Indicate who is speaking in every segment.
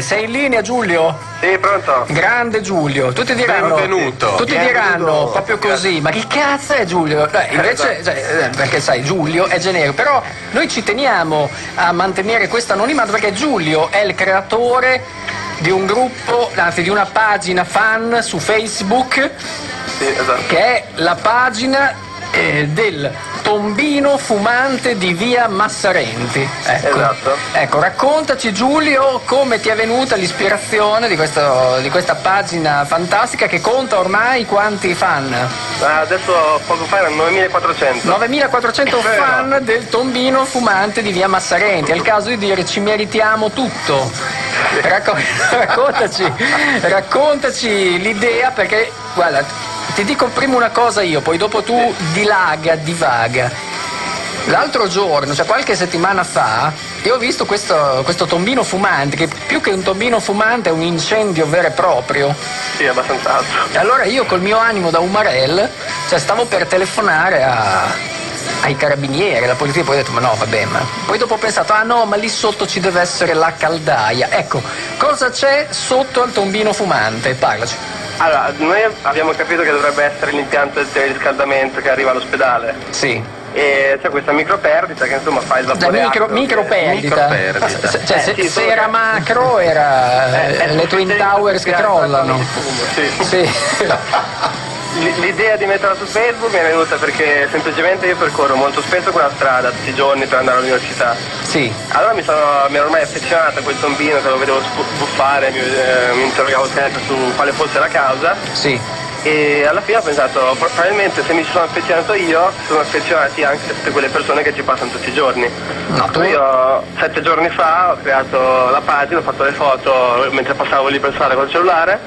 Speaker 1: Sei in linea Giulio?
Speaker 2: Sì, pronto.
Speaker 1: Grande Giulio, tutti diranno.
Speaker 2: Benvenuto.
Speaker 1: Tutti
Speaker 2: Benvenuto.
Speaker 1: diranno proprio così, ma chi cazzo è Giulio? Eh, invece, cioè, eh, perché sai, Giulio è generico, però noi ci teniamo a mantenere questo anonimato perché Giulio è il creatore di un gruppo, anzi di una pagina fan su Facebook
Speaker 2: Sì, esatto.
Speaker 1: che è la pagina eh, del tombino fumante di via Massarenti. Ecco,
Speaker 2: Esatto.
Speaker 1: Ecco, raccontaci Giulio come ti è venuta l'ispirazione di, questo- di questa pagina fantastica che conta ormai quanti fan?
Speaker 2: Ma Eh, adesso poco fa erano 9400.
Speaker 1: 9400
Speaker 2: Vero.
Speaker 1: fan del tombino fumante di via Massarenti. È il caso di dire ci meritiamo tutto. Racco- raccontaci, raccontaci l'idea perché, guarda, ti dico prima una cosa io, poi dopo tu dilaga, divaga. L'altro giorno, cioè qualche settimana fa, io ho visto questo, questo tombino fumante, che più che un tombino fumante è un incendio vero e proprio.
Speaker 2: Sì, abbastanza alto.
Speaker 1: E Allora io col mio animo da Umarell, cioè stavo per telefonare a- ai carabinieri, alla polizia, poi ho detto ma no vabbè, ma poi dopo ho pensato ah no ma lì sotto ci deve essere la caldaia, ecco cosa c'è sotto al tombino fumante? Parlaci.
Speaker 2: Allora, noi abbiamo capito che dovrebbe essere l'impianto del riscaldamento che arriva all'ospedale.
Speaker 1: Sì,
Speaker 2: E c'è questa microperdita che insomma fa il
Speaker 1: cioè,
Speaker 2: vapore.
Speaker 1: micro, microperdita.
Speaker 3: Microperdita.
Speaker 1: S- Cioè,
Speaker 2: ah, Eh,
Speaker 1: se,
Speaker 2: sì,
Speaker 1: se
Speaker 2: solo
Speaker 1: era
Speaker 2: che-
Speaker 1: macro era eh, le Twin Towers che crollano.
Speaker 2: Sì.
Speaker 1: Sì.
Speaker 2: L- L'idea di metterla su Facebook mi è venuta perché semplicemente io percorro molto spesso quella strada tutti i giorni per andare all'università.
Speaker 1: sì.
Speaker 2: Allora mi, sono, mi ero ormai affezionato a quel tombino che lo vedevo sbuffare, mi, eh, mi interrogavo sempre su quale fosse la causa.
Speaker 1: Sì.
Speaker 2: E alla fine ho pensato, pro- probabilmente se mi ci sono affezionato io, sono affezionati anche tutte quelle persone che ci passano tutti i giorni. Ecco,
Speaker 1: No, tu-
Speaker 2: Io sette giorni fa ho creato la pagina, ho fatto le foto mentre passavo lì per strada col cellulare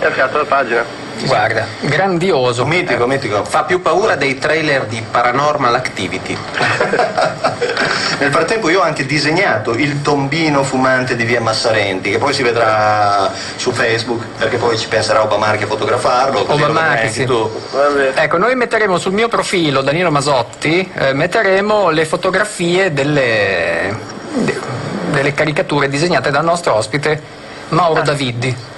Speaker 2: e ho creato la pagina.
Speaker 1: Guarda, grandioso.
Speaker 3: Mitico,
Speaker 4: Eh.
Speaker 3: mitico. Fa più paura dei trailer di Paranormal Activity.
Speaker 4: Nel frattempo io ho anche disegnato il tombino fumante di via Massarenti, che poi si vedrà su Facebook, perché poi ci penserà Obamarchi a fotografarlo. così lo
Speaker 1: Obamarchi,
Speaker 4: vedrai anche
Speaker 1: sì.
Speaker 4: tu.
Speaker 2: Vabbè.
Speaker 1: Ecco, noi metteremo sul mio profilo Danilo Masotti, eh, metteremo le fotografie delle, de- delle caricature disegnate dal nostro ospite
Speaker 2: Ah.
Speaker 1: Mauro Daviddi.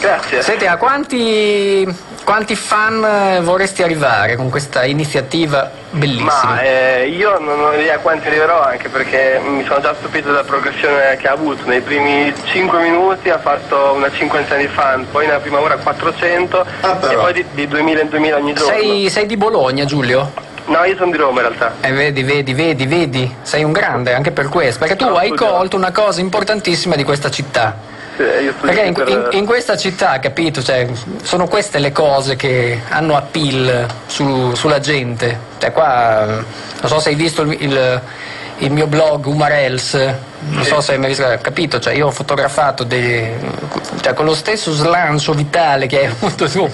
Speaker 2: Grazie.
Speaker 1: Senti, a quanti, quanti fan eh, vorresti arrivare con questa iniziativa bellissima?
Speaker 2: Ma eh, io non ho idea quanti arriverò anche perché mi sono già stupito della progressione che ha avuto. Nei primi 5 minuti ha fatto una cinquantina di fan, poi nella prima ora 400
Speaker 4: Ah,
Speaker 2: e
Speaker 4: però.
Speaker 2: poi di, di 2000 in 2000 ogni giorno.
Speaker 1: sei, sei di Bologna, Giulio?
Speaker 2: No, io sono di Roma in realtà.
Speaker 1: Eh, vedi, vedi, vedi, vedi, sei un grande anche per questo, perché tu
Speaker 2: No,
Speaker 1: hai
Speaker 2: studiamo.
Speaker 1: colto una cosa importantissima di questa città.
Speaker 2: Eh, io studio
Speaker 1: Perché in,
Speaker 2: per-
Speaker 1: in- in questa città, capito, cioè, sono queste le cose che hanno appeal su- sulla gente. Cioè qua, eh, non so se hai visto il, il- il mio blog Umarels, non so se hai mai visto, capito, cioè, io ho fotografato dei- cioè, con lo stesso slancio vitale che hai avuto tu,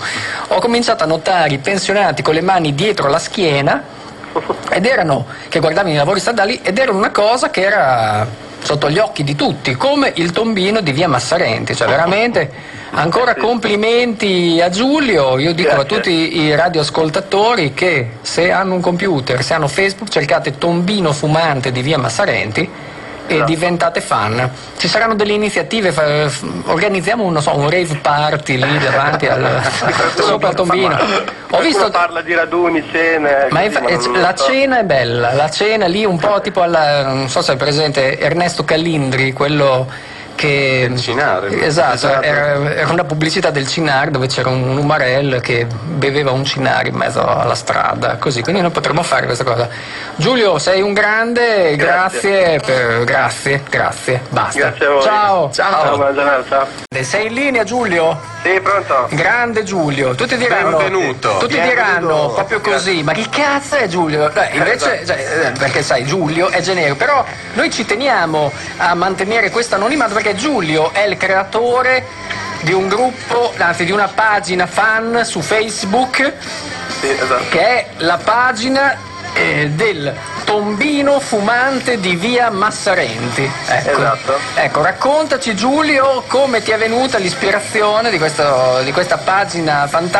Speaker 1: ho cominciato a notare i pensionati con le mani dietro la schiena ed erano, che guardavano i lavori stradali, ed erano una cosa che era sotto gli occhi di tutti, come il tombino di via Massarenti, cioè veramente ancora complimenti a Giulio, io dico a
Speaker 2: Grazie.
Speaker 1: tutti i radioascoltatori che se hanno un computer, se hanno Facebook, cercate tombino fumante di via Massarenti e
Speaker 2: Esatto.
Speaker 1: diventate fan. Ci saranno delle iniziative, fa- f- organizziamo non so, un rave party lì davanti al sopra il tombino. Ho
Speaker 2: Qualcuno
Speaker 1: visto
Speaker 2: parla di raduni, cene.
Speaker 1: ma
Speaker 2: così,
Speaker 1: infa- eh,
Speaker 2: non- non
Speaker 1: la
Speaker 2: so.
Speaker 1: cena è bella, la cena lì un po' tipo alla, non so se è presente, Ernesto Calindri, quello che...
Speaker 3: Del Cinar.
Speaker 1: Esatto,
Speaker 3: Esatto.
Speaker 1: Era, era una pubblicità del Cinar dove c'era un, un umarell che beveva un Cinar in mezzo alla strada, così, quindi noi potremmo fare questa cosa. Giulio, sei un grande, grazie,
Speaker 2: Grazie.
Speaker 1: per- grazie, grazie, basta.
Speaker 2: Grazie a voi.
Speaker 1: Ciao.
Speaker 2: Ciao, buona giornata, ciao.
Speaker 1: Sei in linea Giulio?
Speaker 2: Sì, pronto.
Speaker 1: Grande Giulio, tutti diranno,
Speaker 3: Benvenuto.
Speaker 1: tutti
Speaker 4: Benvenuto.
Speaker 1: diranno proprio così, ma chi cazzo è Giulio? Eh, invece, cioè, eh, perché sai, Giulio è generico, però noi ci teniamo a mantenere questo anonimato perché Giulio è il creatore di un gruppo, anzi di una pagina fan su Facebook
Speaker 2: Sì, esatto.
Speaker 1: che è la pagina eh, del tombino fumante di via Massarenti. Ecco.
Speaker 2: Esatto.
Speaker 1: Ecco, raccontaci Giulio come ti è venuta l'ispirazione di, questo- di questa pagina fantastica.